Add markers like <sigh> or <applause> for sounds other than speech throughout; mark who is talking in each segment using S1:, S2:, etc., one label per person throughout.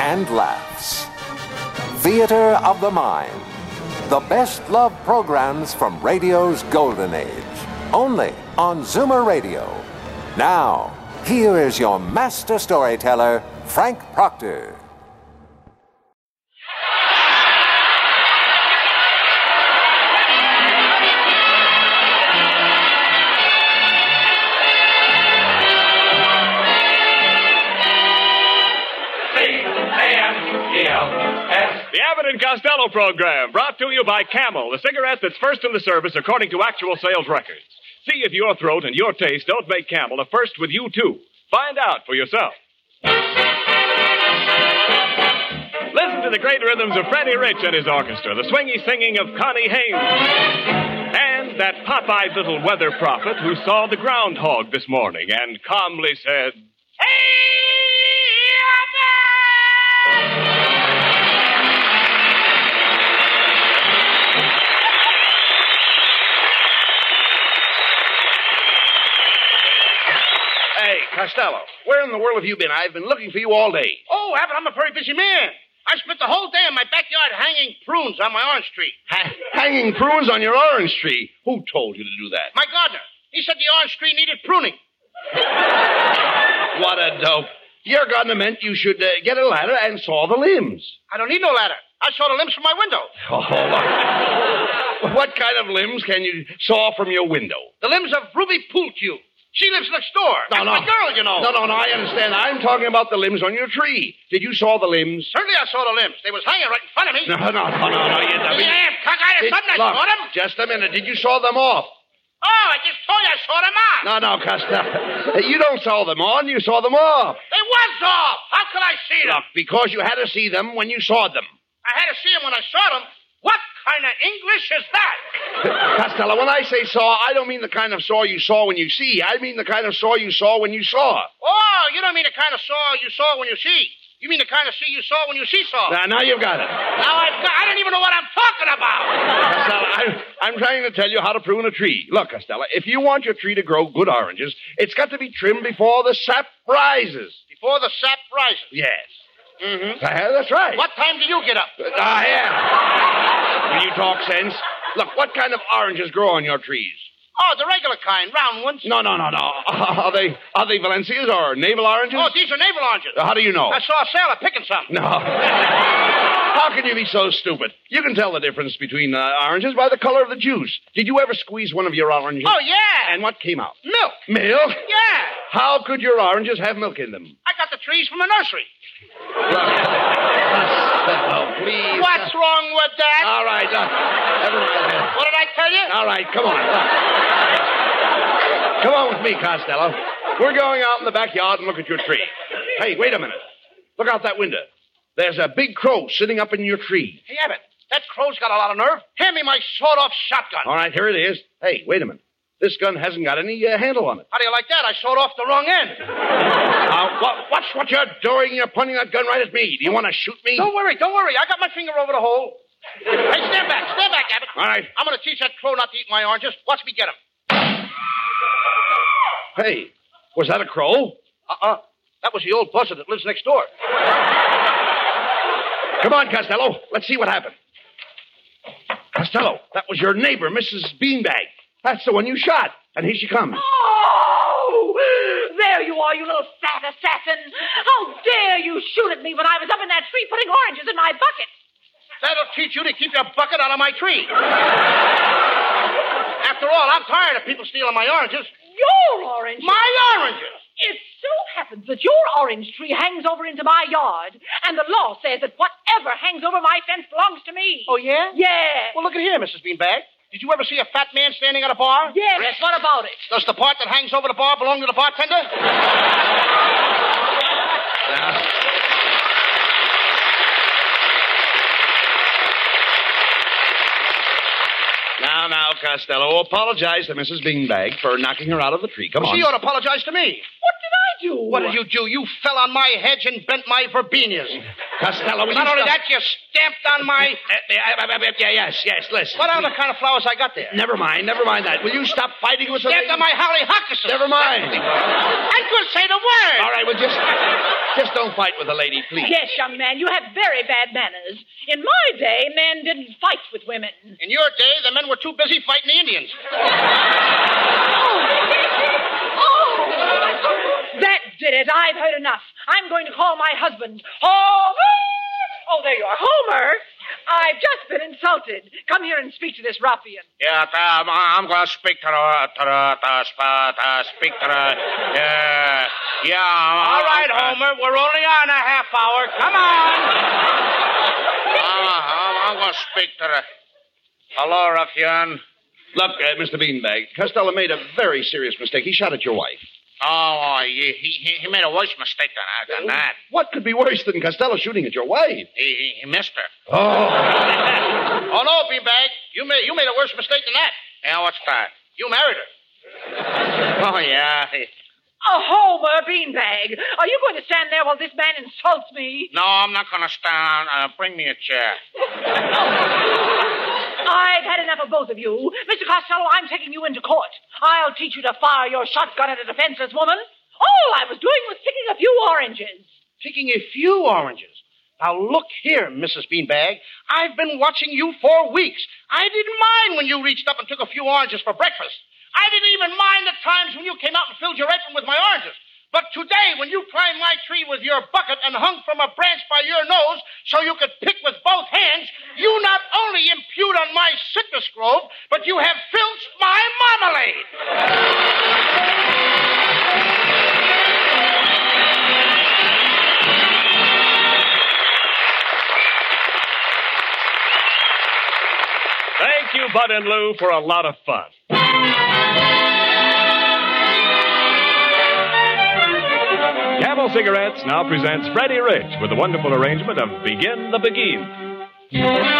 S1: and laughs. Theater of the Mind. The best love programs from radio's golden age. Only on Zoomer Radio. Now, here is your master storyteller, Frank Proctor.
S2: The Abbott and Costello program brought to you by Camel, the cigarette that's first in the service according to actual sales records. See if your throat and your taste don't make Camel a first with you too. Find out for yourself. Listen to the great rhythms of Freddie Rich and his orchestra, the swingy singing of Connie Haynes, and that pop-eyed little weather prophet who saw the groundhog this morning and calmly said,
S3: Hey, Costello, where in the world have you been? I've been looking for you all day.
S4: Oh, Abbott, I'm a very busy man. I spent the whole day in my backyard hanging prunes on my orange tree.
S3: Hanging prunes on your orange tree. Who told you to do that?
S4: My gardener, he said the orange tree needed pruning.
S3: What a dope. Your gardener meant you should uh, get a ladder and saw the limbs.
S4: I don't need no ladder. I saw the limbs from my window.
S3: Oh, look. what kind of limbs can you saw from your window?
S4: The limbs of Ruby Poolcue. She lives next door.
S3: No,
S4: That's
S3: no.
S4: my girl, you know.
S3: <laughs> No, no, no, I understand. I'm talking about the limbs on your tree. Did you saw the limbs?
S4: Certainly I saw the limbs. They was hanging right in front of me.
S3: No, no, no, no, no, you dummy.
S4: Yeah, cockeyed or
S3: Did-
S4: something. I
S3: look,
S4: saw them.
S3: Just a minute. Did you saw them off?
S4: Oh, I just told you I saw them on.
S3: No, no, Costello. You don't saw them on. You saw them off.
S4: They was off. How could I see them?
S3: Look, because you had to see them when you saw them.
S4: I had to see them when I saw them. What kind of English is that?
S3: Costello, when I say saw, I don't mean the kind of saw you saw when you see. I mean the kind of saw you saw when you saw.
S4: Oh, you don't mean the kind of saw you saw when you see. You mean the kind of see you saw when you see saw.
S3: Now, now you've got it.
S4: Oh. Now I've got, I don't even know what I'm talking about.
S3: Costello, I'm, I'm trying to tell you how to prune a tree. Look, Costello, if you want your tree to grow good oranges, it's got to be trimmed before the sap rises.
S4: Before the sap rises.
S3: Yes. Mm-hmm. that's right.
S4: What time do you get up?
S3: Ah, yeah. Will you talk sense? Look, what kind of oranges grow on your trees?
S4: Oh, the regular kind, round ones.
S3: No, no, no, <laughs> no. Are they are they Valencias or navel oranges?
S4: Oh, these are navel oranges.
S3: How do you know?
S4: I saw a sailor picking some.
S3: No. <laughs> How can you be so stupid? You can tell the difference between uh, oranges by the color of the juice. Did you ever squeeze one of your oranges?
S4: Oh, yeah.
S3: And what came out?
S4: milk.
S3: Milk?
S4: Yeah.
S3: How could your oranges have milk in them?
S4: I got the trees from the nursery.
S3: <laughs> oh, please.
S4: What's wrong with that?
S3: All right. uh, never mind.
S4: what did I tell you?
S3: All right, come on. Come on with me, Costello. We're going out in the backyard and look at your tree. Hey, wait a minute. Look out that window. There's a big crow sitting up in your tree.
S4: Hey, Abbott, that crow's got a lot of nerve. Hand me my sawed-off shotgun.
S3: All right, here it is. Hey, wait a minute. This gun hasn't got any uh, handle on it.
S4: How do you like that? I sawed off the wrong end.
S3: Now, wha- watch what you're doing. You're pointing that gun right at me. Do you want to shoot me?
S4: Don't worry, don't worry. I got my finger over the hole. hey, stand back, stand back, Abbott.
S3: All right.
S4: I'm going to teach that crow not to eat my oranges. Watch me get him.
S3: Hey, was that a crow?
S4: Uh-uh. That was the old buzzer that lives next door.
S3: Come on, Costello. Let's see what happened. Costello, that was your neighbor, Mrs. Beanbag. That's the one you shot. And here she comes.
S5: Oh! There you are, you little fat assassin. How dare you shoot at me when I was up in that tree putting oranges in my bucket?
S4: That'll teach you to keep your bucket out of my tree. After all, I'm tired of people stealing my oranges.
S5: Your orange.
S4: My oranges!
S5: It so happens that your orange tree hangs over into my yard, and the law says that whatever hangs over my fence belongs to me.
S4: Oh, yeah?
S5: Yeah.
S4: Well, look at here, Mrs. Beanbag. Did you ever see a fat man standing at a bar?
S5: yes. What about it?
S4: Does the part that hangs over the bar belong to the bartender? Costello, apologize to Mrs. Beanbag for knocking her out of the tree. Come on.
S3: She ought to apologize to me.
S5: What did I do?
S3: What did you do? You fell on my hedge and bent my verbenias.
S4: Costello, will
S3: Not
S4: you
S3: only
S4: stop-
S3: that, you stamped on my.
S4: Uh, yeah, yes, yes, listen.
S3: What other kind of flowers I got there?
S4: Never mind, never mind that. Will you stop fighting with
S3: Stamped on my Holly Hockerson.
S4: Never mind.
S3: I couldn't say the word.
S4: All right, well, just, just don't fight with the lady, please.
S5: Yes, young man, you have very bad manners. In my day, men didn't fight with women.
S3: In your day, the men were too busy fighting the Indians.
S4: Oh!
S5: That did it. I've heard enough. I'm going to call my husband. Homer! Oh, there you are. Homer! I've just been insulted. Come here and speak to this ruffian.
S6: <laughs> Yeah, um, I'm gonna speak to her, to her, to sp- to speak to her. Yeah, yeah.
S3: All right, oh,
S6: Uh-huh.
S3: Homer, we're only on a half hour. Come on.
S6: I'm, Uh-huh, I'm, I'm gonna speak to her. uh, Hello, ruffian.
S4: Look, uh, Mr. Beanbag, Costello made a very serious mistake. He shot at your wife.
S6: Oh, he, he, he made a worse mistake than, I- than that.
S4: What could be worse than Costello shooting at your wife?
S6: He, he, he missed her.
S3: Oh, no, Beanbag. You made, you made a worse mistake than that.
S6: Yeah, what's that?
S3: You married her.
S4: <laughs>
S6: Oh, yeah.
S5: A Homer beanbag. Are you going to stand there while this man insults me?
S6: No, I'm not gonna stand. Uh, bring me a chair.
S5: I've had enough of both of you. Mr. Costello, I'm taking you into court. I'll teach you to fire your shotgun at a defenseless woman. All I was doing was picking a few oranges.
S3: Picking a few oranges. Now, look here, Mrs. Beanbag. I've been watching you for weeks. I didn't mind when you reached up and took a few oranges for breakfast. I didn't even mind the times when you came out and filled your apron with my oranges. But today, when you climbed my tree with your bucket and hung from a branch by your nose so you could pick with both hands, you not only impute on my citrus grove, but you have filched my marmalade.
S2: Thank you, Bud and Lou, for a lot of fun. Camel Cigarettes now presents Freddie Rich with the wonderful arrangement of Begin the Begin.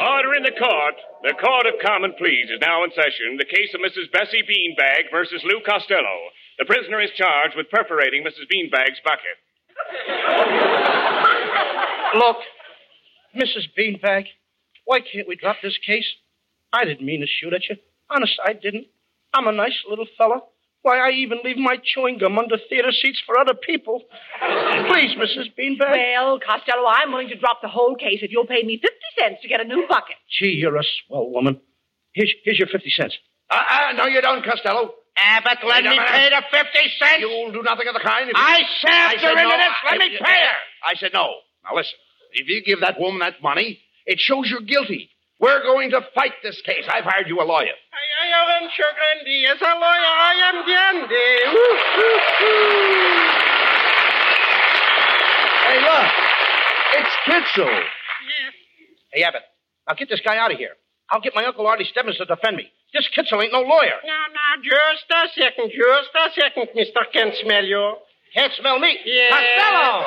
S2: Order in the court. The Court of Common Pleas is now in session. The case of Mrs. Bessie Beanbag versus Lou Costello. The prisoner is charged with perforating Mrs. Beanbag's bucket.
S3: Look, Mrs. Beanbag, why can't we drop this case? I didn't mean to shoot at you. Honest, I didn't. I'm a nice little fella.
S6: Why, I even leave my chewing gum under theater seats for other people. Please, Mrs. Beanbag.
S5: Well, Costello, I'm willing to drop the whole case if you'll pay me 50 cents to get a new bucket.
S6: Gee, you're a swell woman. Here's, here's your 50 cents.
S3: Uh, uh, no, you don't, Costello.
S7: Ah, but let
S3: Wait a
S7: me
S3: minute.
S7: pay the 50 cents.
S3: You'll do nothing of the kind. If you-
S7: I served her into this. Let
S3: I-
S7: me pay her.
S3: I said no. Now listen, if you give that woman that money, it shows you're guilty. We're going to fight this case. I've hired you a lawyer.
S6: I am Grandi. As a lawyer, I am Grandi.
S3: Hey, look, it's Kitzel.
S6: Hey, Abbott, now get this guy out of here. I'll get my Uncle Artie Stebbins to defend me. This Kitzel ain't no lawyer.
S4: Now, now, just a second, just a second, Mr. Can't smell you.
S6: Can't smell me.
S4: Yes.
S6: Costello!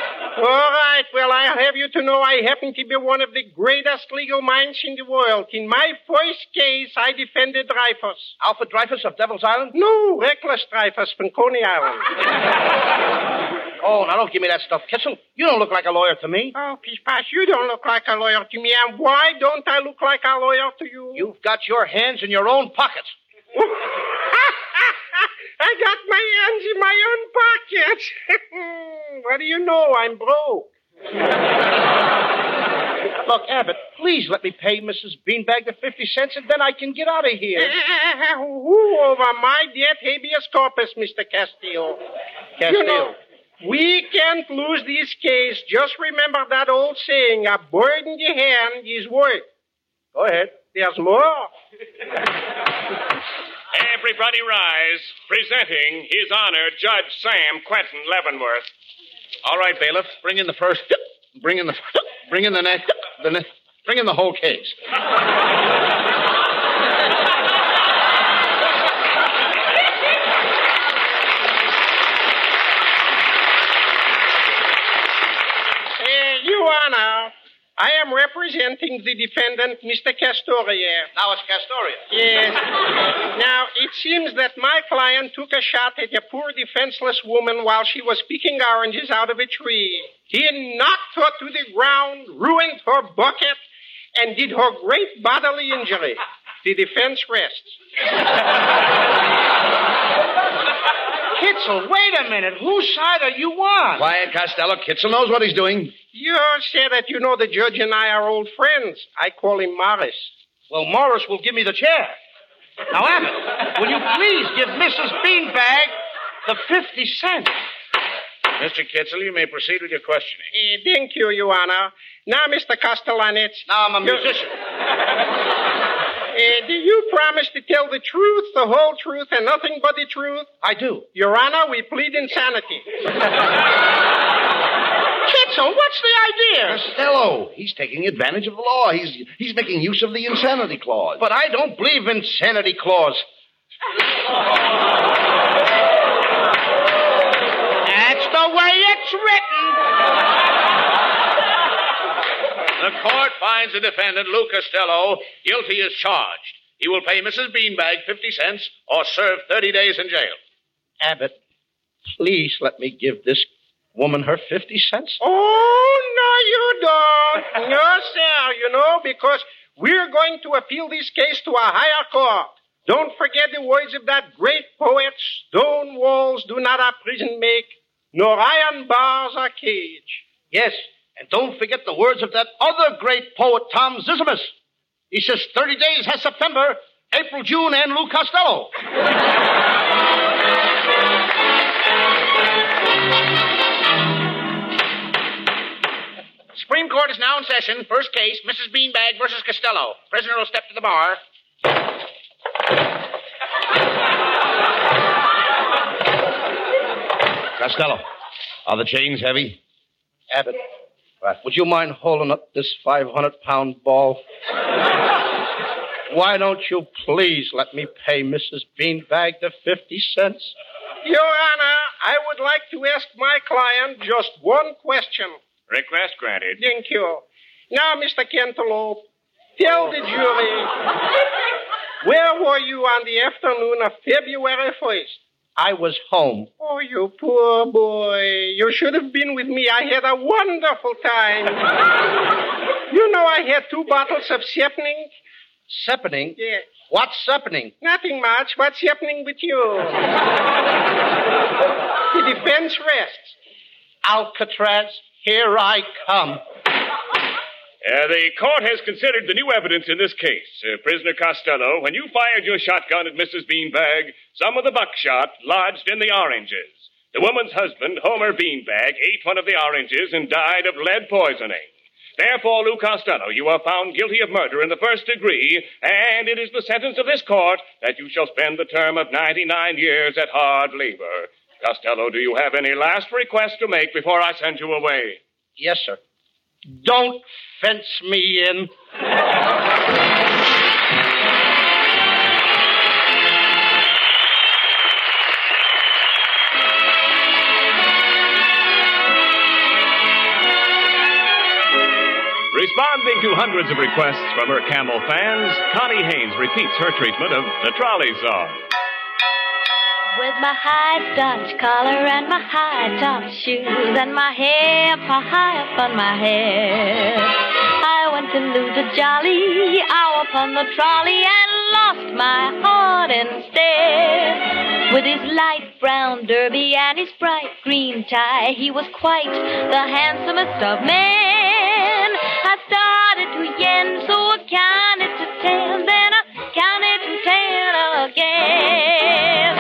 S4: All right, well, I have you to know I happen to be one of the greatest legal minds in the world. In my first case, I defended
S6: <laughs>
S4: Dreyfus.
S6: Alfred Dreyfus of Devil's Island?
S4: No, reckless Dreyfus from Coney Island.
S6: Oh, now don't give me that stuff, Kitzel. You don't look like a lawyer to me.
S4: Oh, Pishpash, you don't look like a lawyer to me, and why don't I look like a lawyer to you?
S6: You've got your hands in your own pockets.
S4: <laughs> I got my hands in my own pockets. <laughs> what do you know? I'm broke.
S6: Look, Abbott, please let me pay Mrs. Beanbag the 50 cents and then I can get out of
S3: <laughs>
S6: here.
S4: Who over my debt habeas corpus, Mr. Castillo?
S6: Castillo.
S4: You know, we can't lose this case. Just remember that old saying, a bird in the hand is worth.
S6: Go ahead.
S4: There's more.
S2: Everybody rise. Presenting His Honor Judge Sam Quentin Leavenworth.
S3: All right, bailiff, bring in the first. Bring in the. Bring in the next. The next. Bring in the whole case.
S4: Eh, Your Honor, I am representing the defendant, Mr. Castorier.
S6: Now it's Castoria.
S4: Yes. Now, it seems that my client took a shot at a poor defenseless woman while she was picking oranges out of a tree. He knocked her to the ground, ruined her bucket, and did her great bodily injury. The defense rests.
S6: Kitzel, wait a minute. Whose side are you on?
S3: Quiet, Costello. Kitzel knows what he's doing.
S4: You say that you know the judge and I are old friends. I call him Morris.
S6: Well, Morris will give me the chair. Now, Abbott, will you please give Mrs. Beanbag the 50 cents?
S7: Mr. Kitzel, you may proceed with your questioning.
S4: Eh, thank you, Your Honor. Now, Mr. Castellanets.
S6: Now I'm a
S4: <laughs>
S6: musician.
S4: Uh, do you promise to tell the truth, the whole truth, and nothing but the truth?
S6: I do.
S4: Your Honor, we plead insanity. Kitzel, what's the idea?
S3: Costello, he's taking advantage of the law. He's he's making use of the insanity clause.
S6: But I don't believe in sanity clause.
S7: That's the way it's written. the court finds the defendant, Lou Costello, guilty as charged. He will pay Mrs. Beanbag 50 cents or serve 30 days in jail.
S6: Abbott, please let me give this woman her 50 cents.
S4: Oh, no, you don't. No, sir, you know, because we're going to appeal this case to a higher court. Don't forget the words of that great poet, stone walls do not a prison make, nor iron bars a cage.
S6: Yes, and don't forget the words of that other great poet, Tom Zisimus. He says 30 days has September, April, June, and Lou Costello.
S7: Supreme Court is now in session. First case, Mrs. Beanbag versus Costello. Prisoner will step to the bar.
S3: Costello, are the chains heavy?
S6: Abbott, would you mind holding up this 500 pound ball? Why don't you please let me pay Mrs. Beanbag the 50 cents?
S4: Your Honor, I would like to ask my client just one question.
S2: Request granted.
S4: Thank you. Now, Mr. Cantaloupe, tell the jury, where were you on the afternoon of February 1st?
S6: I was home.
S4: Oh, you poor boy. You should have been with me. I had a wonderful time. you know, I had two bottles of Sepning.
S6: Seppening?
S4: Yes.
S6: What's seppening?
S4: Nothing much. What's happening with you? the defense rests.
S6: Alcatraz, here I come.
S2: Uh, the court has considered the new evidence in this case. Uh, Prisoner Costello, when you fired your shotgun at Mrs. Beanbag, some of the buckshot lodged in the oranges. The woman's husband, Homer Beanbag, ate one of the oranges and died of lead poisoning. Therefore, Lou Costello, you are found guilty of murder in the first degree, and it is the sentence of this court that you shall spend the term of 99 years at hard labor. Costello, do you have any last request to make before I send you away?
S6: Yes, sir. Don't fence me in.
S2: Responding to hundreds of requests from her camel fans, Connie Haynes repeats her treatment of the trolley song.
S8: With my high starched collar and my high top shoes and my hair up high up on my head. I went to lose a jolly hour upon the trolley and lost my heart instead. With his light brown derby and his bright green tie, he was quite the handsomest of men. I started to yen, so I counted to ten, then I counted to ten again.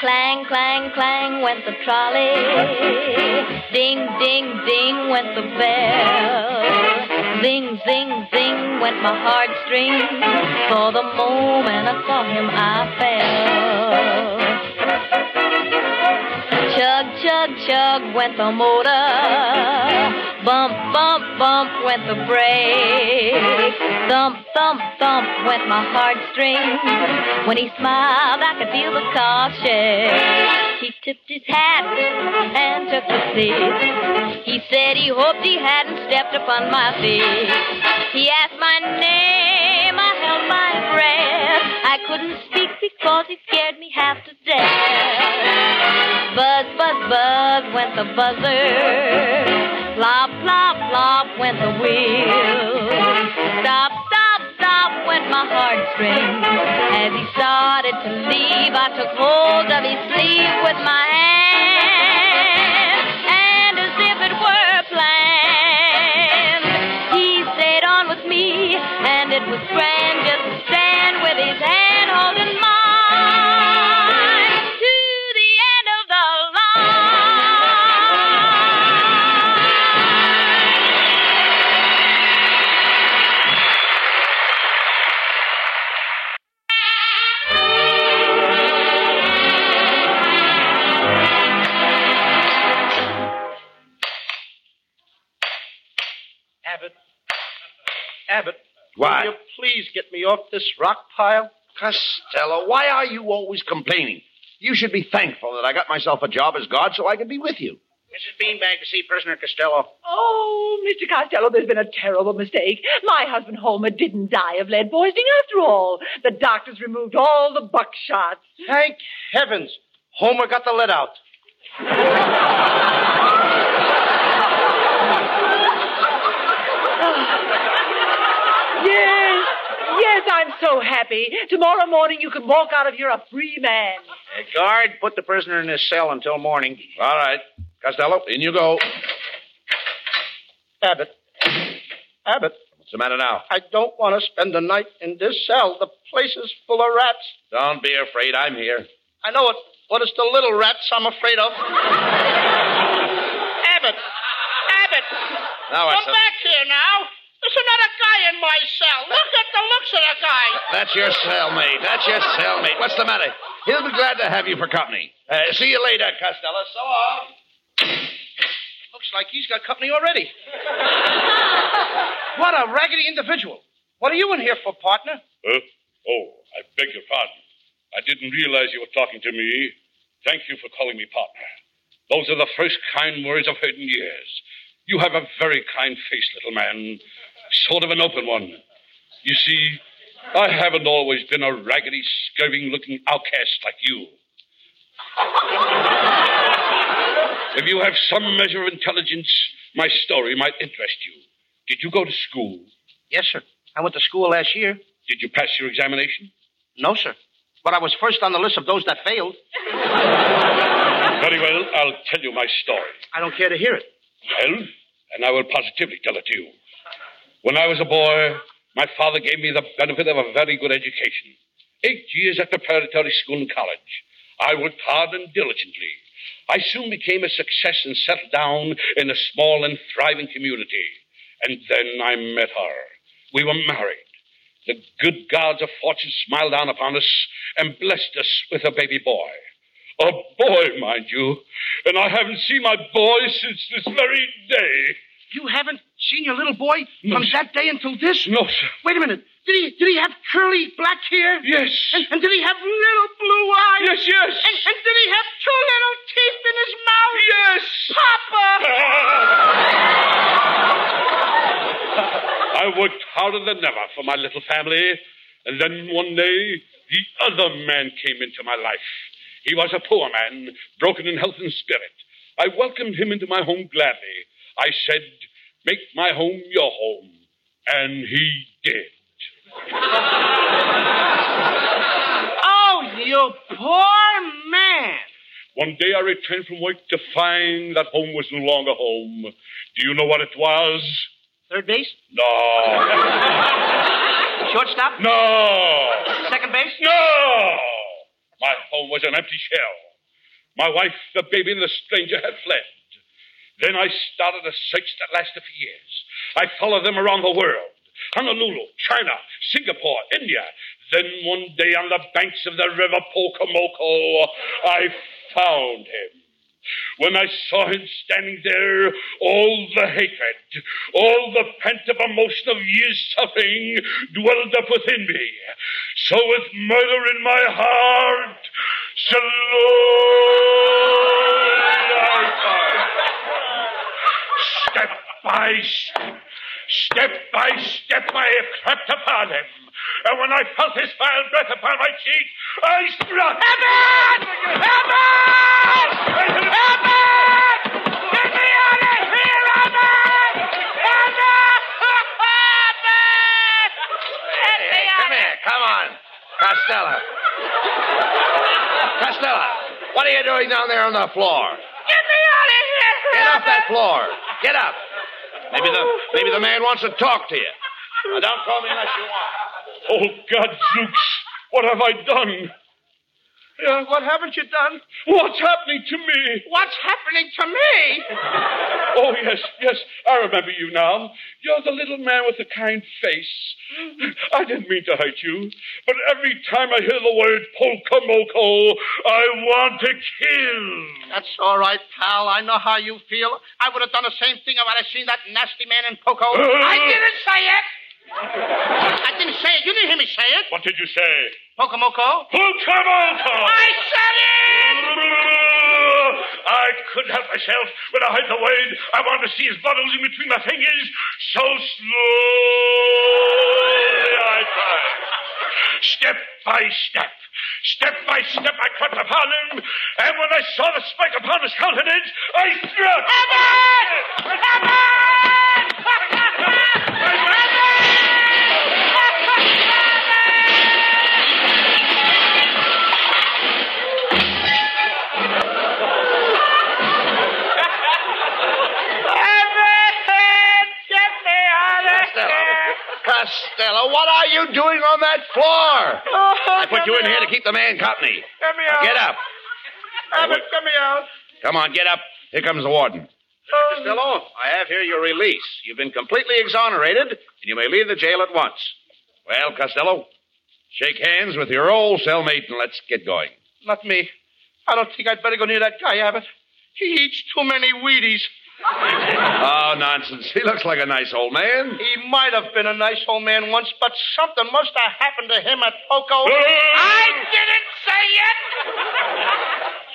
S8: Clang, clang, clang went the trolley. Ding, ding, ding went the bell. Zing, zing, zing went my heartstrings. For the moment I saw him, I fell. Chug, chug, chug went the motor. Bump, bump, bump went the brake. Thump, thump, thump went my heartstrings. When he smiled, I could feel the car shake. He tipped his hat and took the seat. He said he hoped he hadn't stepped upon my feet. He asked my name, I held my breath. I couldn't speak because he scared me half to death. Buzz, buzz, buzz went the buzzer. Flop, flop, flop went the wheel. Stop, stop, stop went my heartstrings. As he started to leave, I took hold of his sleeve with my hand. And as if it were planned, he stayed on with me, and it was grand just to stand with his hand holding mine to the end of the
S6: Abbott. Abbott.
S3: Why?
S6: Will you please get me off this rock pile?
S3: Costello, why are you always complaining? You should be thankful that I got myself a job as guard so I could be with you.
S7: Mrs. Beanbag to see Prisoner Costello.
S5: Oh, Mr. Costello, there's been a terrible mistake. My husband Homer didn't die of lead poisoning after all. The doctors removed all the buckshot.
S6: Thank heavens. Homer got the lead out.
S3: <sighs>
S5: Yes, yes, I'm so happy. Tomorrow morning you can walk out of here a free man.
S7: The guard put the prisoner in his cell until morning.
S3: All right. Costello, in you go.
S6: Abbott. Abbott,
S3: What's the matter now?
S6: I don't want to spend the night in this cell. The place is full of rats.
S3: Don't be afraid. I'm here.
S6: I know it, but it's the little rats I'm afraid of. Abbott! Abbott!
S3: Now I
S6: Come
S3: said-
S6: back here now! There's another guy in my cell. Look at the looks of the guy.
S3: That's your cellmate. That's your cellmate. What's the matter? He'll be glad to have you for company. Uh, see you later, Costello. So long.
S6: Looks like he's got company already. what a raggedy individual. What are you in here for, partner?
S9: Huh? Oh, I beg your pardon. I didn't realize you were talking to me. Thank you for calling me partner. Those are the first kind words I've heard in years. You have a very kind face, little man. Sort of an open one. You see, I haven't always been a raggedy, scurving looking outcast like
S6: <laughs>
S9: you. if you have some measure of intelligence, my story might interest you. Did you go to school?
S6: Yes, sir. I went to school last year.
S9: Did you pass your examination?
S6: No, sir. But I was first on the list of those that failed.
S9: Very well, I'll tell you my story.
S6: I don't care to hear it.
S9: Well, and I will positively tell it to you. When I was a boy, my father gave me the benefit of a very good education. Eight years at preparatory school and college. I worked hard and diligently. I soon became a success and settled down in a small and thriving community. And then I met her. We were married. The good gods of fortune smiled down upon us and blessed us with a baby boy. A boy, mind you. And I haven't seen my boy since this very day.
S6: You haven't seen your little boy from that day until this?
S9: No, sir.
S6: Wait a minute. Did he did he have curly black hair?
S9: Yes.
S6: And, and did he have little blue eyes?
S9: Yes, yes.
S6: And, and did he have two little teeth in his mouth?
S9: Yes.
S6: Papa!
S9: I worked harder than ever for my little family, and then one day the other man came into my life. He was a poor man, broken in health and spirit. I welcomed him into my home gladly. I said, Make my home your home. And he did.
S6: oh, you poor man.
S9: One day I returned from work to find that home was no longer home. Do you know what it was?
S6: Third base?
S9: No.
S6: Shortstop?
S9: No.
S6: Second base?
S9: No! My home was an empty shell. My wife, the baby, and the stranger had fled. Then I started a search that lasted for years. I followed them around the world Honolulu, China, Singapore, India. Then one day on the banks of the river Pocomoco, I found him. When I saw him standing there, all the hatred, all the pent up emotion of years' suffering dwelled up within me. So, with murder in my heart, slowly I step by step, step by step, I have crept upon him. And when I felt his vile breath upon my cheek, I struck. Heaven! Heaven! Heaven! Get me out of here, Heaven!
S3: Hey, hey, come here. Come on. Costello. Costello, what are you doing down there on the floor?
S5: Get me out of here!
S3: Get off that floor. Get up. Maybe the maybe the man wants to talk to you. Now, don't call me unless you want.
S9: Oh, God, Zooks, what have I done?
S4: Uh, what haven't you done?
S9: What's happening to me?
S4: What's happening to me?
S9: Oh, yes, yes, I remember you now. You're the little man with the kind face. I didn't mean to hurt you, but every time I hear the word Polkomoko, I want to kill.
S4: That's all right, pal. I know how you feel. I would have done the same thing if I'd have seen that nasty man in Poco.
S9: I didn't
S4: say it. I didn't say it. You didn't hear me say it.
S9: What did you say?
S4: Pocomoco.
S9: Polkomoko!
S4: I said it.
S9: I couldn't help myself. When I heard the word, I wanted to see his bottles in between my fingers. So slowly I tried. Step by step, step by step, I crept upon him, and when I saw the spike upon his countenance, I struck. Heaven!
S6: Get me out of
S3: Costello. Costello, what are you doing on that floor? I put you in here to keep the man company.
S4: Get me
S3: Now,
S4: out.
S3: get up.
S4: Abbott, get me out.
S3: Come on, get up. Here comes the warden.
S7: Costello, I have here your release. You've been completely exonerated, and you may leave the jail at once.
S3: Well, Costello, shake hands with your old cellmate and let's get going.
S4: Not me. I don't think I'd better go near that guy, Abbott. He eats too many Wheaties.
S3: Oh, nonsense. He looks like a nice old man.
S4: He might have been a nice old man once, but something must have happened to him at
S3: <laughs>
S4: Poco. I didn't say it!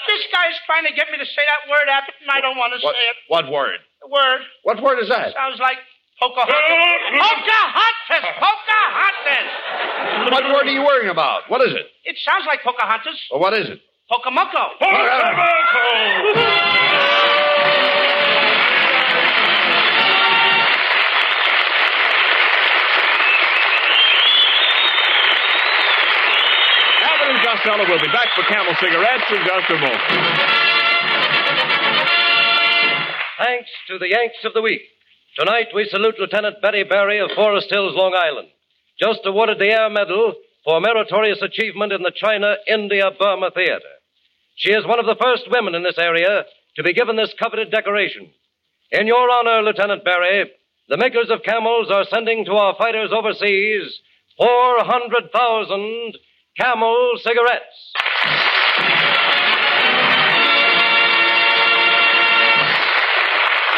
S4: this guy's trying to get me to say that word, Abbott, and I don't want to
S3: What,
S4: say it.
S3: what word?
S4: The word
S3: What word is that?
S4: sounds like
S3: <laughs>
S4: Pocahontas. Pocahontas! Pocahontas!
S3: What word are you worrying about? What is it?
S4: It sounds like Pocahontas.
S3: Well, what is it?
S4: Pocamoco.
S9: Polkomoko!
S2: Costello. We'll be back for Camel Cigarettes in just a moment.
S10: Thanks to the Yanks of the Week. Tonight we salute Lieutenant Betty Barry of Forest Hills, Long Island. Just awarded the Air Medal for meritorious achievement in the China India Burma Theater. She is one of the first women in this area to be given this coveted decoration. In your honor, Lieutenant Barry, the makers of camels are sending to our fighters overseas 400,000 camel cigarettes.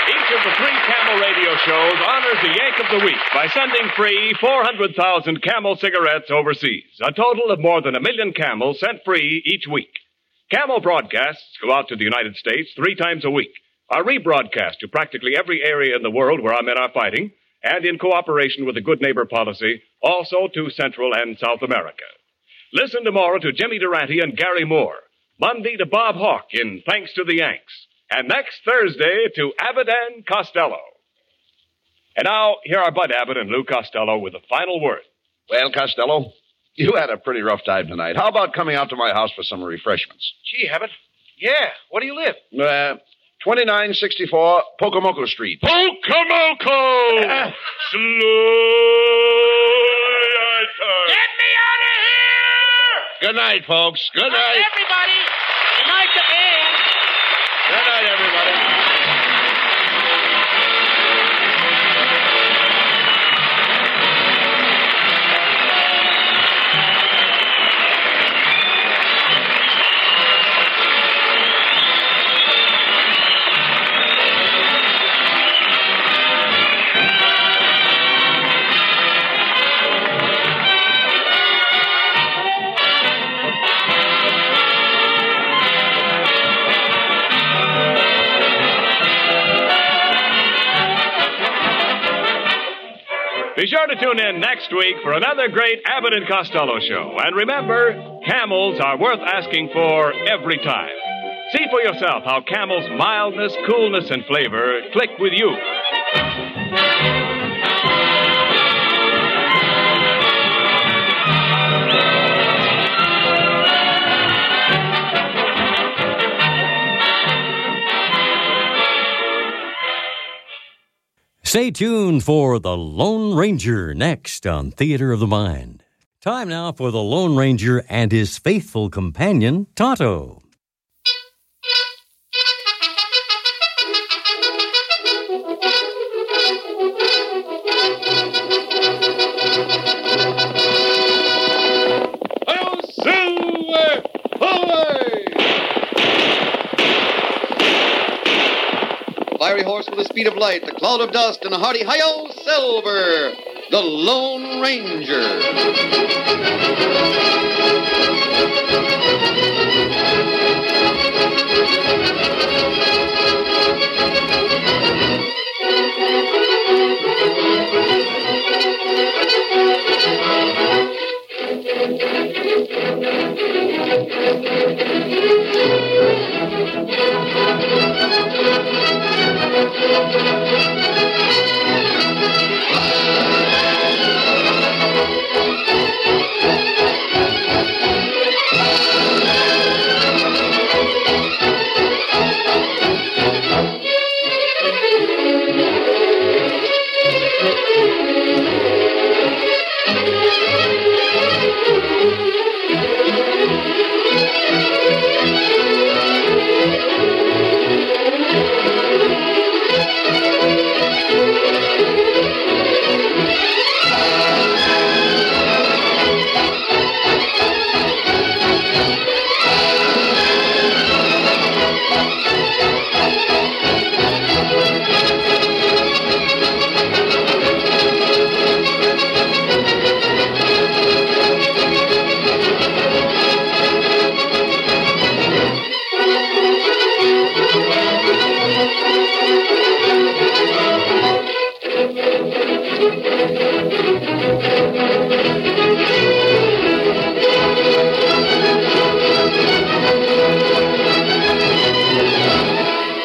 S2: Each of the three Camel radio shows honors the Yank of the Week by sending free 400,000 Camel cigarettes overseas, a total of more than a million camels sent free each week. Camel broadcasts go out to the United States three times a week, are rebroadcast to practically every area in the world where our men are fighting, and in cooperation with the Good Neighbor policy, also to Central and South America. Listen tomorrow to Jimmy Durante and Gary Moore, Monday to Bob Hawk in Thanks to the Yanks, and next Thursday to Abbott and Costello. And now, here are Bud Abbott and Lou Costello with the final word.
S3: Well, Costello, you had a pretty rough time tonight. How about coming out to my house for some refreshments?
S6: Gee, Abbott. Yeah, where do you live?
S3: Uh, 2964 Pocomoco Street.
S9: Pocomoco! Slow
S6: Get me out of here!
S3: Good night, folks. Good night.
S6: everybody. Good night to Ann.
S3: Good night, everybody.
S2: Be sure to tune in next week for another great Abbott and Costello show. And remember, camels are worth asking for every time. See for yourself how camels' mildness, coolness, and flavor click with you.
S11: Stay tuned for The Lone Ranger next on Theater of the Mind. Time now for The Lone Ranger and his faithful companion, Tonto.
S9: Silver! Away!
S12: Fiery horse with the speed of light, a cloud of dust, and a hearty hi-yo silver, the Lone Ranger.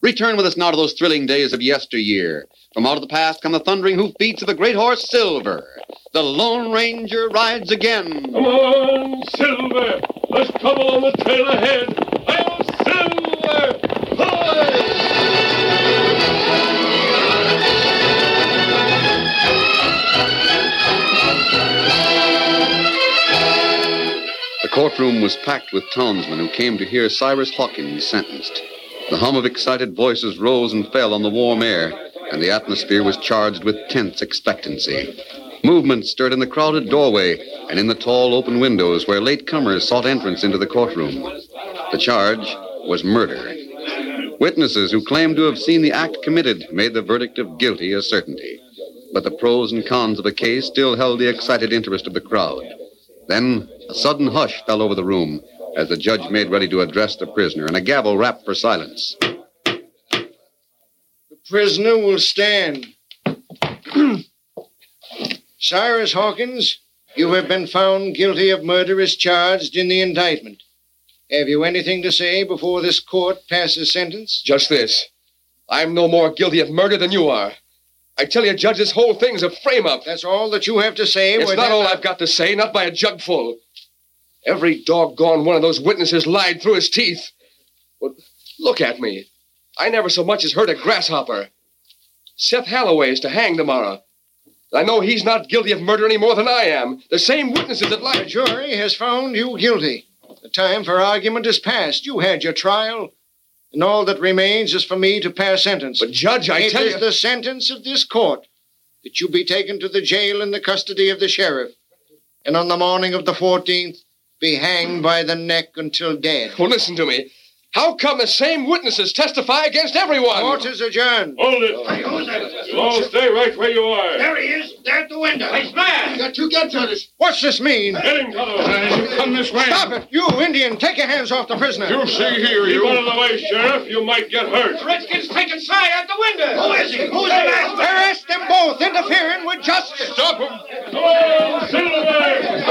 S12: Return with us now to those thrilling days of yesteryear. From out of the past come the thundering hoofbeats of the great horse Silver. The Lone Ranger rides again.
S13: Come on, Silver! There's trouble on the trail ahead. I'm Silver!
S12: The courtroom was packed with townsmen who came to hear Cyrus Hawkins sentenced. The hum of excited voices rose and fell on the warm air, and the atmosphere was charged with tense expectancy. Movement stirred in the crowded doorway and in the tall open windows where latecomers sought entrance into the courtroom. The charge was murder. Witnesses who claimed to have seen the act committed made the verdict of guilty a certainty. But the pros and cons of the case still held the excited interest of the crowd. Then a sudden hush fell over the room as the judge made ready to address the prisoner, and a gavel rapped for silence.
S14: prisoner will stand. <clears throat> Cyrus Hawkins, you have been found guilty of murder as charged in the indictment. Have you anything to say before this court passes sentence?
S15: Just this. I'm no more guilty of murder than you are. I tell you, Judge, this whole thing's a frame up.
S14: That's all that you have to say?
S15: It's
S14: Well,
S15: not
S14: then
S15: all
S14: I-
S15: I've got to say, not by a jugful. Every doggone one of those witnesses lied through his teeth. Well, look at me. I never so much as heard a grasshopper. Seth Halloway is to hang tomorrow. I know he's not guilty of murder any more than I am. The same witnesses that lied.
S14: The jury has found you guilty. The time for argument is past. You had your trial, and all that remains is for me to pass sentence. But,
S15: Judge, I tell
S14: It
S15: you-
S14: is the sentence of this court that you be taken to the jail in the custody of the sheriff, and on the morning of the 14th, be hanged by the neck until dead.
S15: Well, listen to me. How come the same witnesses testify against everyone?
S14: Court is adjourned.
S13: Hold
S16: oh,
S13: it. You all stay right where you are.
S14: There he is, there at the window.
S13: He's
S14: mad. got two guns on us. What's this mean?
S13: Get him, Tonto. Come this way.
S14: Stop it. You, Indian, take your hands off the prisoner.
S13: You see here, you. Keep out of the way, Sheriff. You might get hurt.
S14: Redskins taking side out the window.
S13: Who is he? Who's the master?
S14: Arrest them both, interfering with justice. Stop
S13: him. Oh, Silver!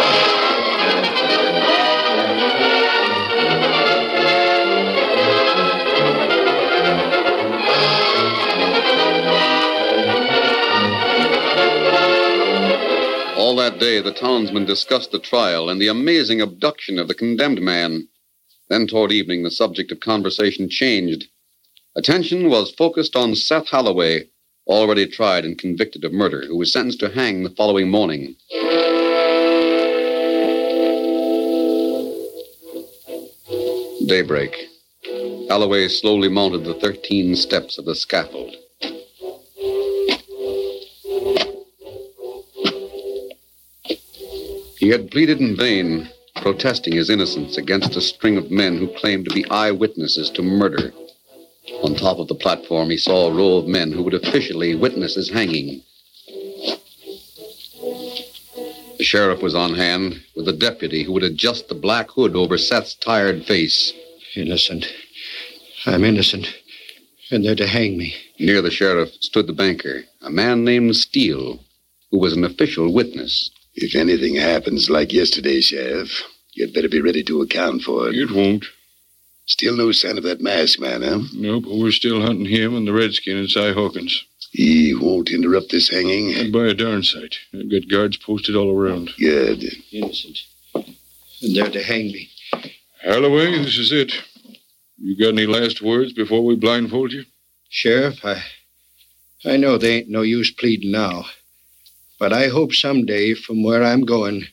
S12: All that day, the townsmen discussed the trial and the amazing abduction of the condemned man. Then, toward evening, the subject of conversation changed. Attention was focused on Seth Holloway, already tried and convicted of murder, who was sentenced to hang the following morning. Daybreak. Holloway slowly mounted the 13 steps of the scaffold. He had pleaded in vain, protesting his innocence against a string of men who claimed to be eyewitnesses to murder. On top of the platform, he saw a row of men who would officially witness his hanging. The sheriff was on hand with the deputy who would adjust the black hood over Seth's tired face.
S14: Innocent. I'm innocent. And they're to hang me.
S12: Near the sheriff stood the banker, a man named Steele, who was an official witness.
S17: If anything happens like yesterday, Sheriff, you'd better be ready to account for it. It won't. Still no sign of that masked man, huh?
S18: Nope, we're still hunting him and the redskin and Cy Hawkins.
S17: He won't interrupt this hanging.
S18: Not by a darn sight. I've got guards posted all around.
S17: Good.
S18: Innocent.
S14: And they're to hang me.
S18: Holloway, this is it. You got any last words before we blindfold you?
S14: Sheriff, I, I know they ain't no use pleading now, but I hope someday from where I'm going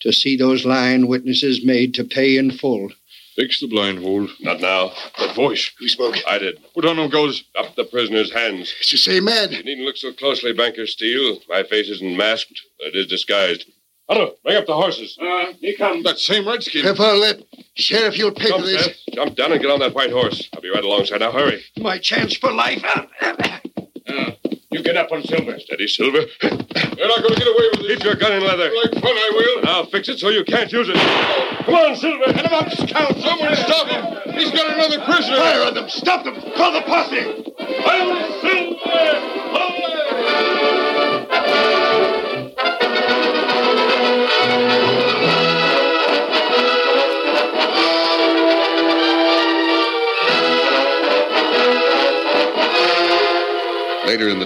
S14: to see those lying witnesses made to pay in full.
S18: Fix the blindfold.
S9: Not now. That voice.
S17: Who spoke?
S9: I did. Put on them goes up the prisoner's hands.
S17: It's the same man.
S9: You needn't look so closely, Banker Steele. My face isn't masked, but it is disguised. Otto, bring up the horses.
S13: Uh, here comes.
S9: That same redskin.
S17: Have all that. Sheriff, you'll pay
S9: Jump,
S17: for this.
S9: Seth. Jump down and get on that white horse. I'll be right alongside. Now hurry.
S17: My chance for life.
S9: You get up on Silver. Steady, Silver. You're not going to get away with this. Keep your gun in leather. Like fun, I will. Now fix it so you can't use it. Come on, Silver. Get him up, Scout. Someone stop him. He's got another prisoner. Fire on them. Stop them. Call the posse.
S13: I'm Silver!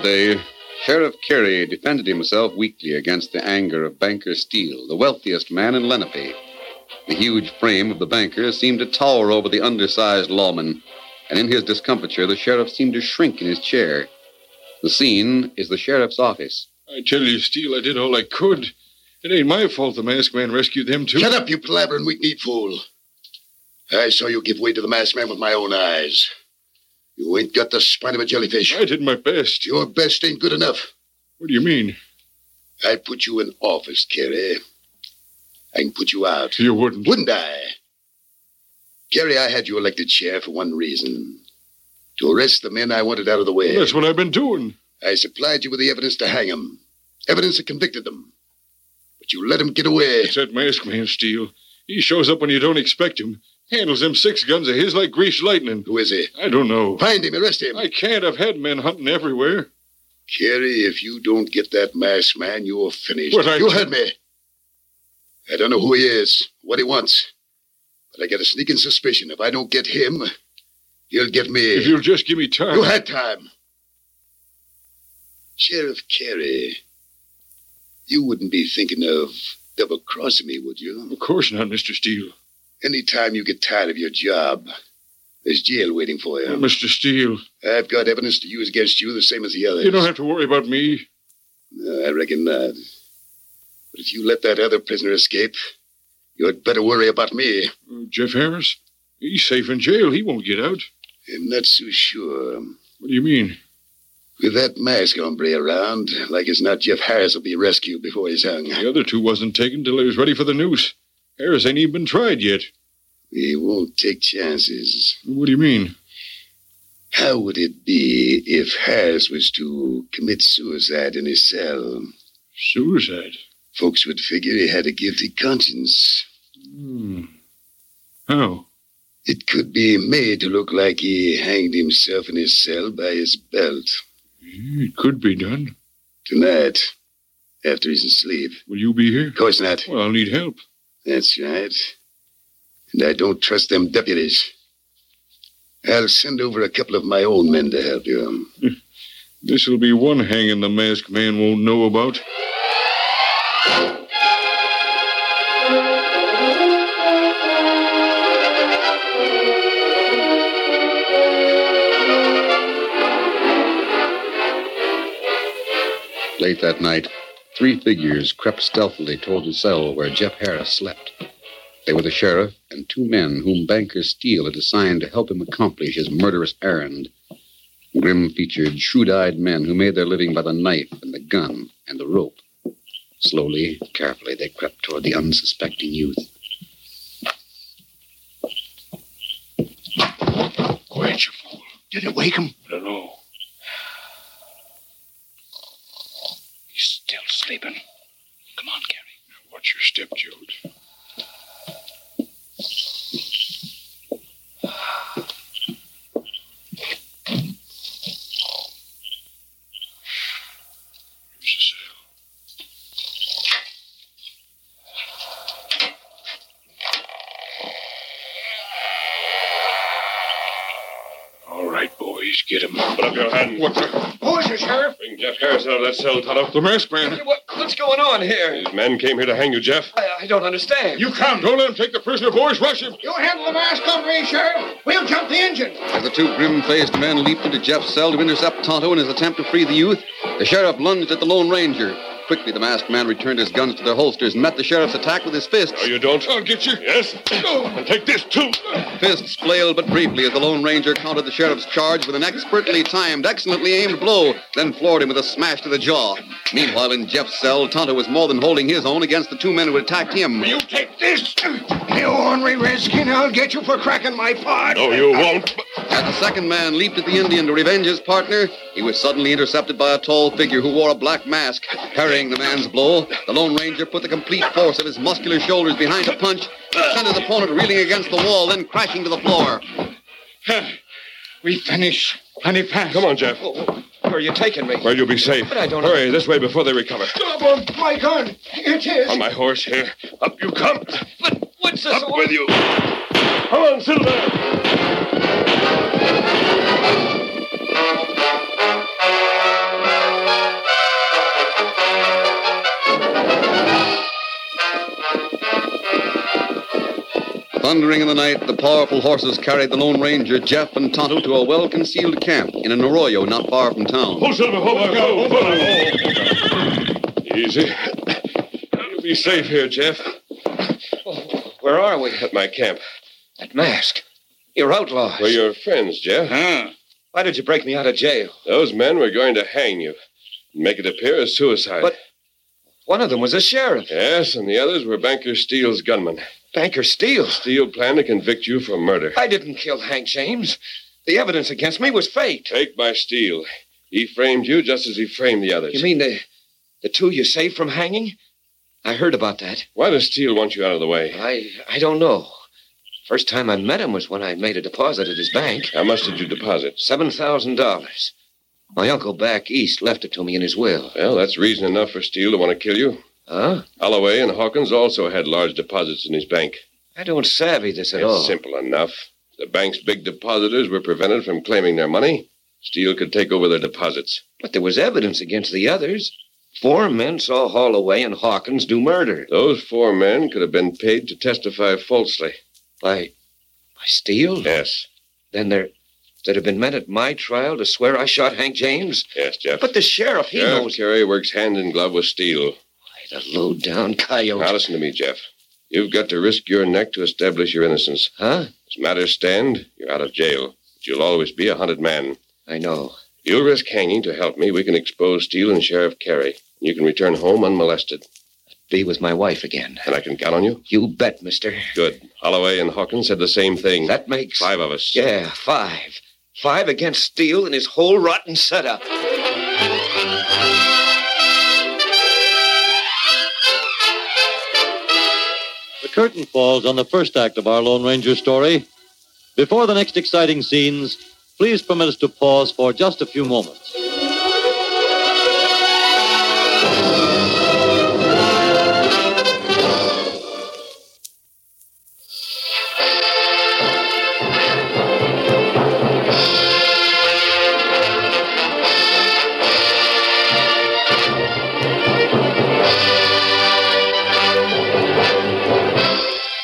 S12: day, Sheriff Carey defended himself weakly against the anger of Banker Steele, the wealthiest man in Lenape. The huge frame of the banker seemed to tower over the undersized lawman, and in his discomfiture, the sheriff seemed to shrink in his chair. The scene is the sheriff's office.
S18: I tell you, Steele, I did all I could. It ain't my fault the masked man rescued them two.
S17: Shut up, you blabbering, weak kneed fool. I saw you give way to the masked man with my own eyes. You ain't got the spine of a jellyfish. I
S18: did my best.
S17: Your best ain't good enough.
S18: What do you mean?
S17: I put you in office, Kerry. I can put you out.
S18: You wouldn't.
S17: Wouldn't I? Kerry, I had you elected chair for one reason to arrest the men I wanted out of the way.
S18: That's what I've been doing.
S17: I supplied you with the evidence to hang 'em, evidence that convicted them. But you let 'em get away.
S18: It's that masked man, Steele. He shows up when you don't expect him. Handles them six guns of his like greased lightning.
S17: Who is he?
S18: I don't know.
S17: Find him, arrest him.
S18: I can't. I've had men hunting everywhere.
S17: Kerry, if you don't get that masked man, you're finished.
S18: But I-
S17: you heard me. I don't know who he is, what he wants, but I got a sneaking suspicion if I don't get him, he'll get me.
S18: If you'll just give me time.
S17: You had time. Sheriff Carey, you wouldn't be thinking of double crossing me, would you?
S18: Of course not, Mr. Steele.
S17: Anytime you get tired of your job, there's jail waiting for you.
S18: Mr. Steele,
S17: I've got evidence to use against you the same as the others.
S18: you don't have to worry about me.
S17: No, Uh, I reckon not. But if you let that other prisoner escape, you'd better worry about me.
S18: Uh, Jeff Harris, he's safe in jail. He won't get out.
S17: I'm not so sure.
S18: What do you mean?
S17: With that mask hombre around, like as not, Jeff Harris will be rescued before he's hung.
S18: The other two wasn't taken till they was ready for the noose. Harris ain't even been tried yet.
S17: We won't take chances.
S18: What do you mean?
S17: How would it be if Harris was to commit suicide in his cell?
S18: Suicide?
S17: Folks would figure he had a guilty conscience.
S18: Hmm. How?
S17: It could be made to look like he hanged himself in his cell by his belt.
S18: It could be done.
S17: Tonight, after he's asleep.
S18: Will you be here? Of
S17: course not.
S18: Well, I'll need help.
S17: That's right. And I don't trust them deputies. I'll send over a couple of my own men to help you.
S18: This'll be one hanging the masked man won't know about.
S12: Late that night, three figures crept stealthily toward the cell where Jeff Harris slept. They were the sheriff and two men whom Banker Steele had assigned to help him accomplish his murderous errand. Grim featured, shrewd eyed men who made their living by the knife and the gun and the rope. Slowly, carefully, they crept toward the unsuspecting youth.
S17: Quiet, you fool. Did it wake him?
S9: I don't know.
S13: He's still sleeping. Come on, Gary. Watch your step, Jude.
S9: All right, boys, get him. Put up your hand. What
S15: Who is it, Sheriff?
S9: Bring Jeff Harris out of that cell, Tonto.
S18: The masked man.
S15: What, what's going on here?
S9: These men came here to hang you, Jeff.
S15: I, I don't understand.
S18: You come. Don't let him take the prisoner, boys. Rush him.
S15: You handle the mask company, Sheriff. We'll jump the engine.
S12: As the two grim faced men leaped into Jeff's cell to intercept Tonto in his attempt to free the youth, the sheriff lunged at the Lone Ranger. Quickly, the masked man returned his guns to their holsters and met the sheriff's attack with his fists. No,
S9: you don't.
S18: I'll get you. Oh.
S9: Yes. And take this, too.
S12: Fists flailed but briefly as the Lone Ranger countered the sheriff's charge with an expertly timed, excellently aimed blow, then floored him with a smash to the jaw. Meanwhile, in Jeff's cell, Tonto was more than holding his own against the two men who attacked him.
S17: You take this! You ornery redskin, I'll get you for cracking my pod.
S9: No, you won't.
S12: As the second man leaped at the Indian to revenge his partner, he was suddenly intercepted by a tall figure who wore a black mask. Parrying the man's blow, the Lone Ranger put the complete force of his muscular shoulders behind the punch, sent his opponent reeling against the wall, then crashing to the floor.
S15: We finish plenty fast. Come
S9: on, Jeff.
S15: Where are you taking me?
S9: Well, you'll be safe.
S15: But I don't
S9: Hurry, this way before they recover.
S15: Stop on my gun. It is.
S9: On my horse here. Up you come.
S15: What's this?
S9: Up with you. Come on, Silver.
S13: Thank
S12: Thundering in the night, the powerful horses carried the Lone Ranger, Jeff, and Tonto to a well concealed camp in an arroyo not far from town.
S18: Hold Silver, hold on, hold on. Easy. You'll be safe here, Jeff.
S19: Where are we at my camp? That mask. You're outlaws.
S20: We're your friends, Jeff. Huh?
S19: Why did you break me out of jail?
S20: Those men were going to hang you and make it appear as suicide. But
S19: one of them was a sheriff.
S20: Yes, and the others were Banker Steele's gunmen.
S19: Banker Steele?
S20: Steele planned to convict you for murder.
S19: I didn't kill Hank James. The evidence against me was faked.
S20: Fake by Steele. He framed you just as he framed the others.
S19: You mean the, the two you saved from hanging? I heard about that.
S20: Why does Steele want you out of the way?
S19: I, I don't know. First time I met him was when I made a deposit at his bank.
S20: How much did you deposit?
S19: $7,000. My uncle back east left it to me in his will.
S20: Well, that's reason enough for Steele to want to kill you.
S19: Huh?
S20: Holloway and Hawkins also had large deposits in his bank.
S19: I don't savvy this at
S20: it's
S19: all.
S20: simple enough. The bank's big depositors were prevented from claiming their money. Steele could take over their deposits.
S19: But there was evidence against the others. Four men saw Holloway and Hawkins do murder.
S20: Those four men could have been paid to testify falsely.
S19: By, by Steele?
S20: Yes.
S19: Then there, there'd have been men at my trial to swear I shot Hank James?
S20: Yes, Jeff.
S19: But the sheriff, he
S20: Sheriff
S19: knows.
S20: Carey works hand in glove with Steele.
S19: Why, the low down coyote.
S20: Now listen to me, Jeff. You've got to risk your neck to establish your innocence.
S19: Huh?
S20: As matters stand, you're out of jail. But you'll always be a hunted man.
S19: I know.
S20: If you'll risk hanging to help me, we can expose Steele and Sheriff Carey. You can return home unmolested.
S19: Be with my wife again.
S20: And I can count on you?
S19: You bet, mister.
S20: Good. Holloway and Hawkins said the same thing.
S19: That makes.
S20: Five of us.
S19: Yeah, five. Five against Steele and his whole rotten setup.
S21: The curtain falls on the first act of our Lone Ranger story. Before the next exciting scenes, please permit us to pause for just a few moments.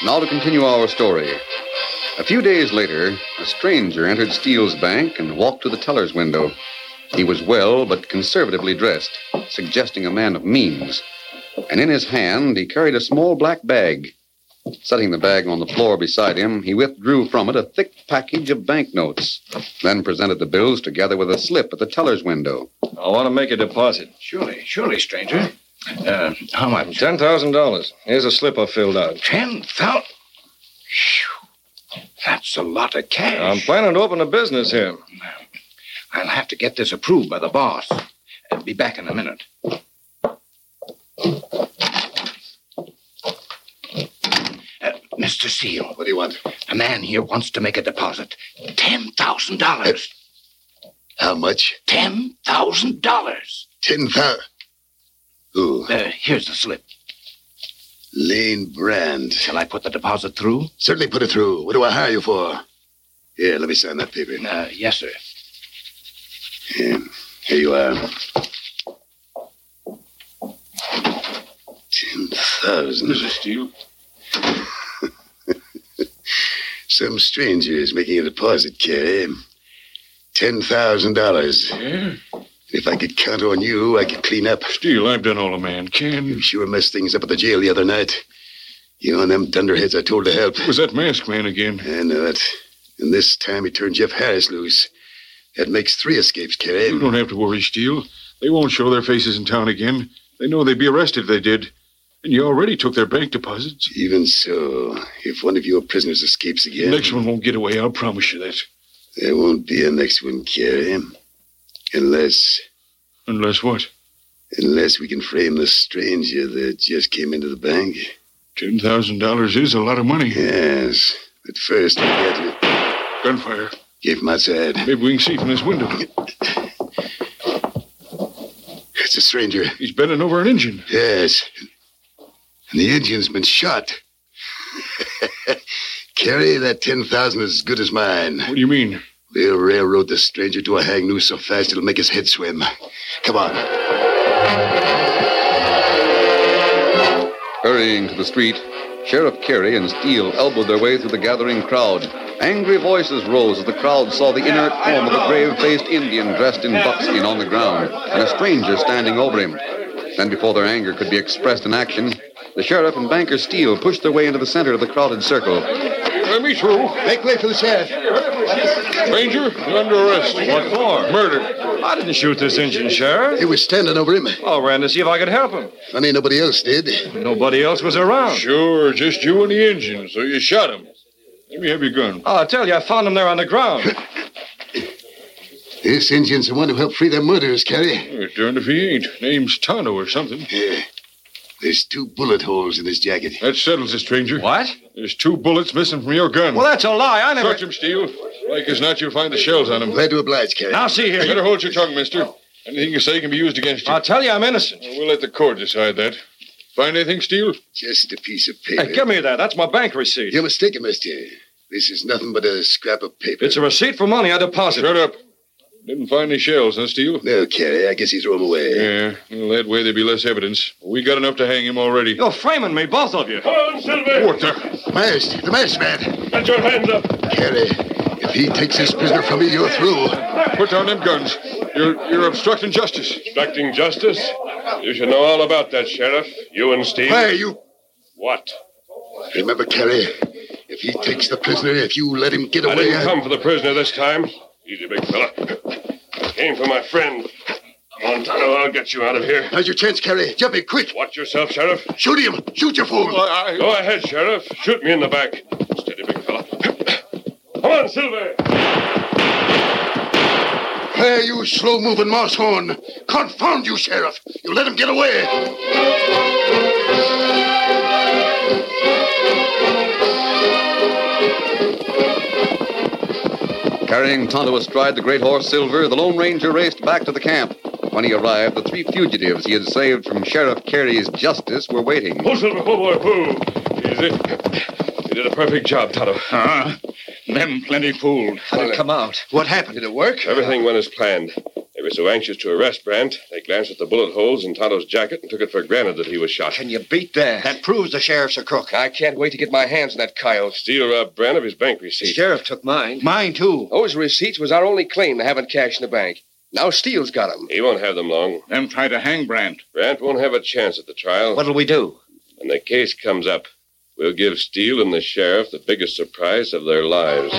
S12: Now to continue our story. A few days later, a stranger entered Steele's bank and walked to the teller's window. He was well but conservatively dressed, suggesting a man of means. And in his hand, he carried a small black bag. Setting the bag on the floor beside him, he withdrew from it a thick package of banknotes, then presented the bills together with a slip at the teller's window.
S22: I want to make a deposit.
S16: Surely, surely, stranger.
S22: Uh, how much? Ten thousand dollars. Here's a slip I filled out.
S16: Ten thousand. That's a lot of cash.
S22: I'm planning to open a business here.
S16: I'll have to get this approved by the boss. I'll be back in a minute. Uh, Mr. Seal.
S17: What do you want?
S16: A man here wants to make a deposit. Ten thousand dollars.
S17: Uh, How much?
S16: Ten thousand dollars. Uh,
S17: Ten thousand. Who?
S16: here's the slip.
S17: Lane Brand.
S16: Shall I put the deposit through?
S17: Certainly put it through. What do I hire you for? Here, let me sign that paper.
S16: Uh, yes, sir.
S17: Here you are. Ten thousand. Mrs. Steele. Some stranger is making a deposit, Carrie. Ten thousand dollars.
S18: Yeah?
S17: If I could count on you, I could clean up.
S18: Steele, I've done all a man can.
S17: You sure messed things up at the jail the other night. You and them dunderheads I told to help.
S18: Was that masked man again?
S17: I know it. And this time he turned Jeff Harris loose. That makes three escapes, Carrie.
S18: You don't have to worry, Steele. They won't show their faces in town again. They know they'd be arrested if they did. And you already took their bank deposits.
S17: Even so, if one of your prisoners escapes again.
S18: The next one won't get away, I'll promise you that.
S17: There won't be a next one, Carrie. Unless.
S18: Unless what?
S17: Unless we can frame the stranger that just came into the bank.
S18: Ten thousand dollars is a lot of money.
S17: Yes. But first, I got to.
S18: Gunfire.
S17: Get from outside.
S18: Maybe we can see from this window.
S17: It's a stranger.
S18: He's bending over an engine.
S17: Yes. And the Indian's been shot. <laughs> Carrie, that 10,000 is as good as mine. What
S18: do you mean?
S17: We'll railroad the stranger to a hang noose so fast it'll make his head swim. Come on.
S12: Hurrying to the street, Sheriff Carey and Steele elbowed their way through the gathering crowd. Angry voices rose as the crowd saw the inert form of the grave faced Indian dressed in buckskin on the ground and a stranger standing over him. Then, before their anger could be expressed in action, the sheriff and banker Steele pushed their way into the center of the crowded circle.
S18: Let me through.
S23: Make way for the sheriff.
S18: Ranger, you're under arrest.
S23: What for?
S18: Murder.
S23: I didn't shoot this engine, Sheriff.
S17: He was standing over him.
S23: I ran to see if I could help him.
S17: Funny nobody else did.
S23: Nobody else was around.
S18: Sure, just you and the engine, so you shot him. Let me have your gun.
S23: I'll tell you, Ah, I found him there on the
S17: <laughs>
S23: ground.
S17: This Indian's the one who helped free them murderers, Carrie.
S18: You're darned if he ain't. Name's Tonto or something.
S17: Yeah. There's two bullet holes in his jacket.
S18: That settles it, stranger.
S23: What?
S18: There's two bullets missing from your gun.
S23: Well, that's a lie. I never.
S18: Search him, Steele. Like as not, you'll find the shells on him.
S17: Glad to oblige, Carrie.
S23: Now, see here.
S18: Better hold your tongue, mister. Anything you say can be used against you.
S23: I'll tell you, I'm innocent.
S18: Well, we'll let the court decide that. Find anything, Steele?
S17: Just a piece of paper.
S23: Hey, give me that. That's my bank receipt.
S17: You're mistaken, mister. This is nothing but a scrap of paper.
S23: It's a receipt for money I deposited.
S18: Shut up. Didn't find any shells, huh, Steele?
S17: No, Carrie. I guess he threw them away.
S18: Yeah, well, that way there'd be less evidence. We got enough to hang him already.
S23: You're framing me, both of you.
S13: Come on, Silver.
S18: What the?
S17: Masked. The masked man.
S13: Get your hands up.
S17: Carrie, if he takes this prisoner from me, you're through.
S18: Put down them guns. You're, you're obstructing justice.
S9: Obstructing justice? You should know all about that, Sheriff. You and Steve.
S17: Hey, you.
S9: What?
S17: Remember, Carrie, if he takes the prisoner, if you let him get
S9: I
S17: away,
S9: didn't come for the prisoner this time. Easy, big fella. I came for my friend. Come on, Tonto, I'll get you out of here.
S17: Now's your chance, Carrie. Jump in, quick.
S9: Watch yourself, Sheriff.
S17: Shoot him. Shoot your fool.
S9: Go ahead, Sheriff. Shoot me in the back. Steady, big fella. Come on, Silver.
S17: Hey, you slow moving moss horn. Confound you, Sheriff. You let him get away.
S12: Carrying Tonto astride the great horse Silver, the Lone Ranger raced back to the camp. When he arrived, the three fugitives he had saved from Sheriff Carey's justice were waiting.
S9: Pull, Silver, pull, boy, pull. Easy. You did a perfect job, Tonto.
S22: Uh, them plenty fooled.
S14: How did it come out? What happened?
S22: Did it work?
S20: Everything went as planned. They were so anxious to arrest Brandt, they glanced at the bullet holes in Tonto's jacket and took it for granted that he was shot.
S22: Can you beat that?
S14: That proves the sheriff's a crook.
S22: I can't wait to get my hands on that coyote.
S20: Steele robbed Brandt of his bank
S22: The
S20: receipt.
S22: sheriff took mine.
S14: Mine, too.
S22: Those receipts was our only claim to having cash in the bank. Now Steele's got 'em.
S20: He won't have them long.
S22: Them try to hang Brandt.
S20: Brandt won't have a chance at the trial.
S14: What'll we do?
S20: When the case comes up, we'll give Steele and the sheriff the biggest surprise of their lives.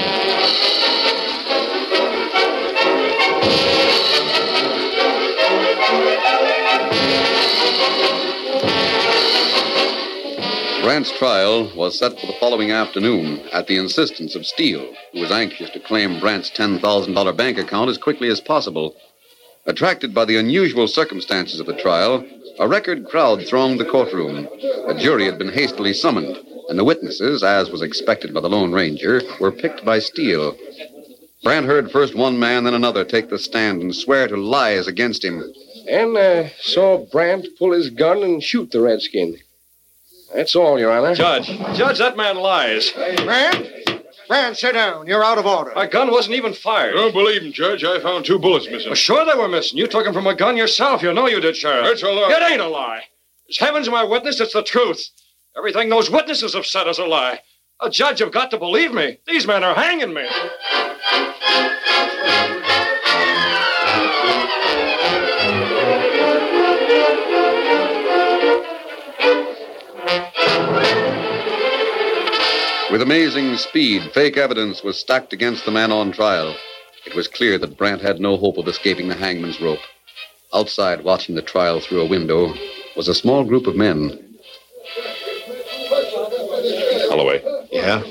S12: Brandt's trial was set for the following afternoon at the insistence of Steele, who was anxious to claim Brandt's $10,000 bank account as quickly as possible. Attracted by the unusual circumstances of the trial, a record crowd thronged the courtroom. A jury had been hastily summoned, and the witnesses, as was expected by the Lone Ranger, were picked by Steele. Brandt heard first one man, then another take the stand and swear to lies against him.
S22: And uh, saw Brandt pull his gun and shoot the redskin. That's all, Your Honor.
S23: Judge, Judge, that man lies.
S14: Brand? Brand, sit down. You're out of order.
S23: My gun wasn't even fired.
S18: Don't believe him, Judge. I found two bullets missing.
S23: Well, sure they were missing. You took them from a gun yourself. You know you did, Sheriff.
S18: That's a lie.
S23: It ain't a lie. As heaven's my witness, it's the truth. Everything those witnesses have said is a lie. A judge have got to believe me. These men are hanging me.
S12: With amazing speed, fake evidence was stacked against the man on trial. It was clear that Brandt had no hope of escaping the hangman's rope. Outside, watching the trial through a window, was a small group of men.
S20: Holloway,
S16: Yeah?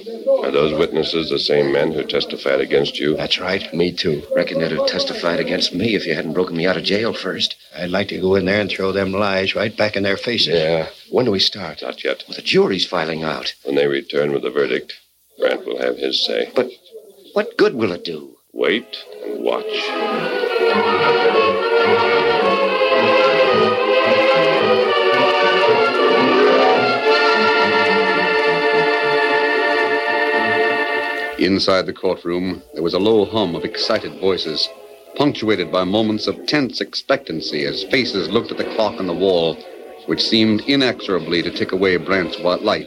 S20: are those witnesses the same men who testified against you?
S16: That's right. Me, too. Reckon they'd have testified against me if you hadn't broken me out of jail first.
S14: I'd like to go in there and throw them lies right back in their faces.
S22: Yeah. When do we start?
S20: Not yet.
S16: Well, the jury's filing out.
S20: When they return with the verdict, Brandt will have his say.
S16: But what good will it do?
S20: Wait and watch.
S12: Inside the courtroom, there was a low hum of excited voices, punctuated by moments of tense expectancy as faces looked at the clock on the wall, which seemed inexorably to tick away Brandt's wa- life.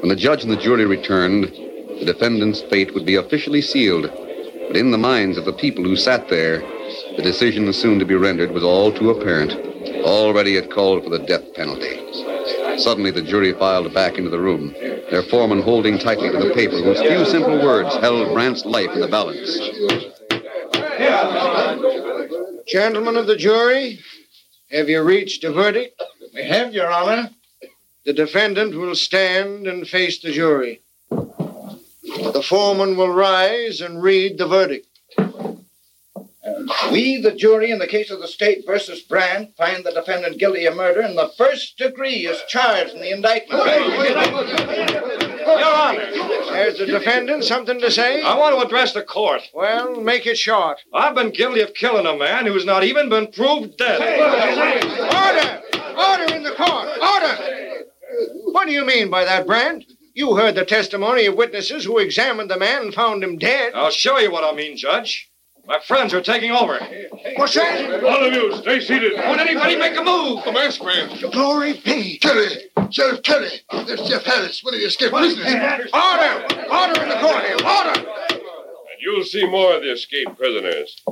S12: When the judge and the jury returned, the defendant's fate would be officially sealed. But in the minds of the people who sat there, the decision soon to be rendered was all too apparent. Already it called for the death penalty. Suddenly, the jury filed back into the room, their foreman holding tightly to the paper whose few simple words held Brandt's life in the balance.
S14: Gentlemen of the jury, have you reached a verdict?
S5: We have, Your Honor.
S14: The defendant will stand and face the jury. The foreman will rise and read the verdict.
S5: We, the jury, in the case of the state versus Brand, find the defendant guilty of murder in the first degree as charged in the indictment.
S14: Your Honor. Has the defendant something to say?
S23: I want to address the court.
S14: Well, make it short.
S23: I've been guilty of killing a man who's not even been proved dead.
S14: Order! Order in the court! Order! What do you mean by that, Brand? You heard the testimony of witnesses who examined the man and found him dead.
S23: I'll show you what I mean, Judge. My friends are taking over.
S14: What's that?
S9: All of you, stay seated.
S23: Won't anybody make a move? The mask man.
S14: Glory be.
S17: Kelly! Sheriff Kelly! There's Jeff Harris, one of the escaped prisoners.
S14: Order! Order in the court here! Order!
S20: And you'll see more of the escaped prisoners.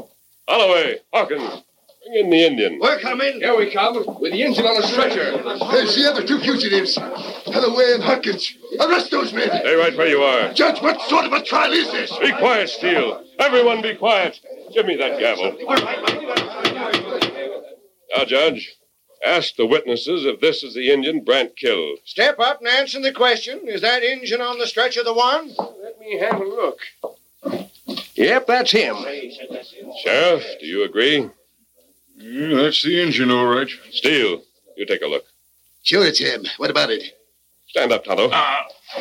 S20: Holloway, Hawkins, bring in the Indian.
S15: We're coming. Here we come, with the engine on a stretcher.
S17: There's the other two fugitives, Hathaway and Hopkins. Arrest those men!
S20: Stay right where you are.
S17: Judge, what sort of a trial is this?
S20: Be quiet, Steele. Everyone be quiet. Give me that gavel. Now, Judge, ask the witnesses if this is the Indian Brant killed.
S14: Step up and answer the question. Is that engine on the stretcher the one?
S15: Let me have a look.
S20: Yep, that's him. Sheriff, do you agree?
S18: Yeah, that's the engine, all right.
S20: Steele, you take a look.
S17: Sure, it's him. What about it?
S20: Stand up, Tonto.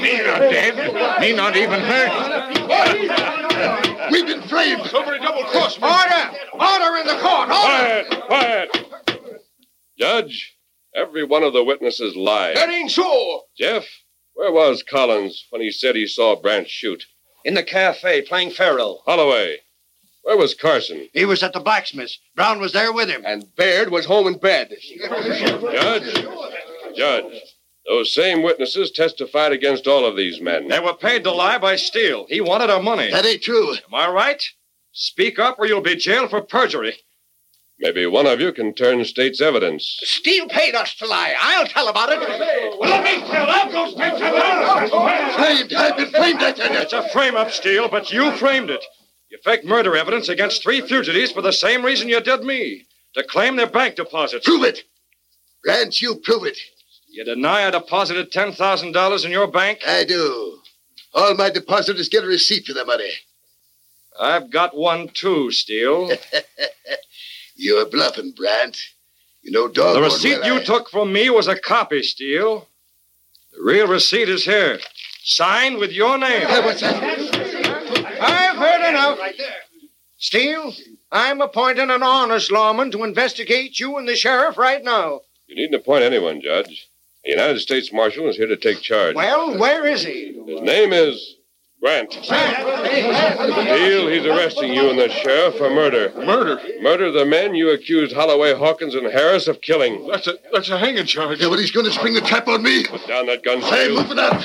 S5: Me not dead. Me not even hurt.
S17: We've been framed.
S15: Somebody double crossed me.
S14: Order! Order in the court! Order!
S20: Quiet! Quiet! Judge, every one of the witnesses lied.
S15: That ain't so.
S20: Jeff, where was Collins when he said he saw Brant shoot?
S19: In the cafe, playing Pharaoh.
S20: Holloway, where was Carson?
S5: He was at the blacksmith's. Brown was there with him.
S15: And Baird was home in bed.
S20: Judge, Judge, those same witnesses testified against all of these men.
S23: They were paid to lie by Steele. He wanted our money.
S17: That ain't true.
S23: Am I right? Speak up or you'll be jailed for perjury.
S20: Maybe one of you can turn state's evidence.
S5: Steele paid us to lie. I'll tell about it.
S15: Well, let me tell up those pigs. Framed.
S17: I've been framed.
S23: It's a frame up, Steele, but you framed it. You faked murder evidence against three fugitives for the same reason you did me to claim their bank deposits.
S17: Prove it. Rance, you prove it.
S23: You deny I deposited $10,000 in your bank?
S17: I do. All my depositors get a receipt for their money.
S23: I've got one too, Steele.
S17: <laughs> You're bluffing, Brandt. You know, dog.
S23: the receipt you took from me was a copy, Steele. The real receipt is here, signed with your name.
S14: I've heard enough. Steele, I'm appointing an honest lawman to investigate you and the sheriff right now.
S20: You needn't appoint anyone, Judge. The United States Marshal is here to take charge.
S14: Well, where is he?
S20: His name is Grant. Steele, he's arresting you and the sheriff for murder.
S18: Murder?
S20: Murder of the men you accused Holloway, Hawkins, and Harris of killing.
S18: That's a that's a hanging charge.
S17: Yeah, but he's going to spring the trap on me.
S20: Put down that gun,
S17: Hey,
S20: Steele.
S17: move it out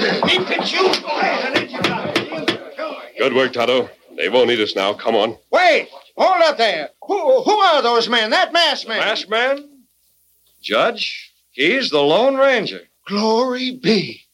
S17: there.
S20: Good work, Tonto. They won't need us now. Come on.
S14: Wait, hold up there. Who, who are those men? That masked man.
S23: Masked man? Judge, he's the Lone Ranger.
S14: Glory be.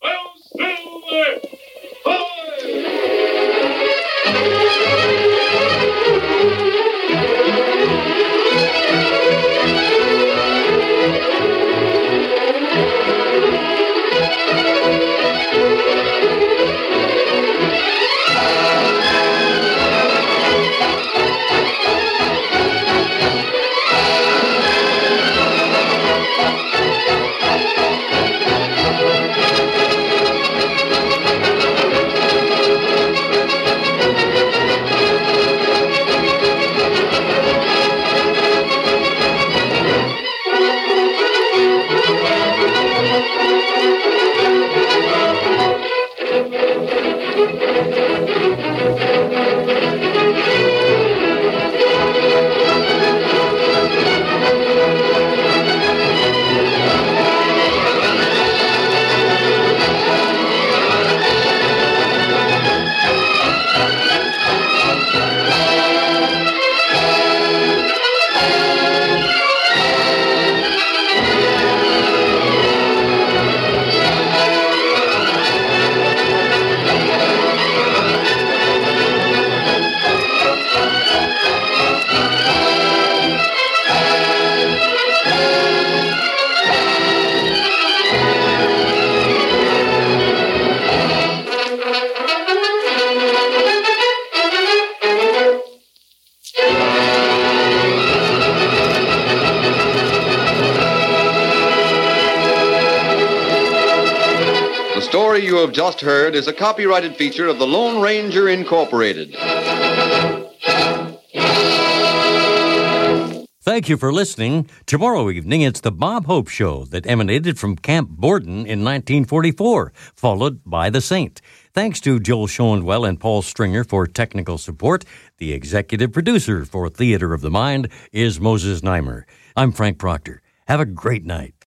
S12: story you have just heard is a copyrighted feature of the Lone Ranger Incorporated.
S11: Thank you for listening. Tomorrow evening, it's the Bob Hope Show that emanated from Camp Borden in 1944, followed by The Saint. Thanks to Joel Schoenwell and Paul Stringer for technical support. The executive producer for Theater of the Mind is Moses Neimer. I'm Frank Proctor. Have a great night.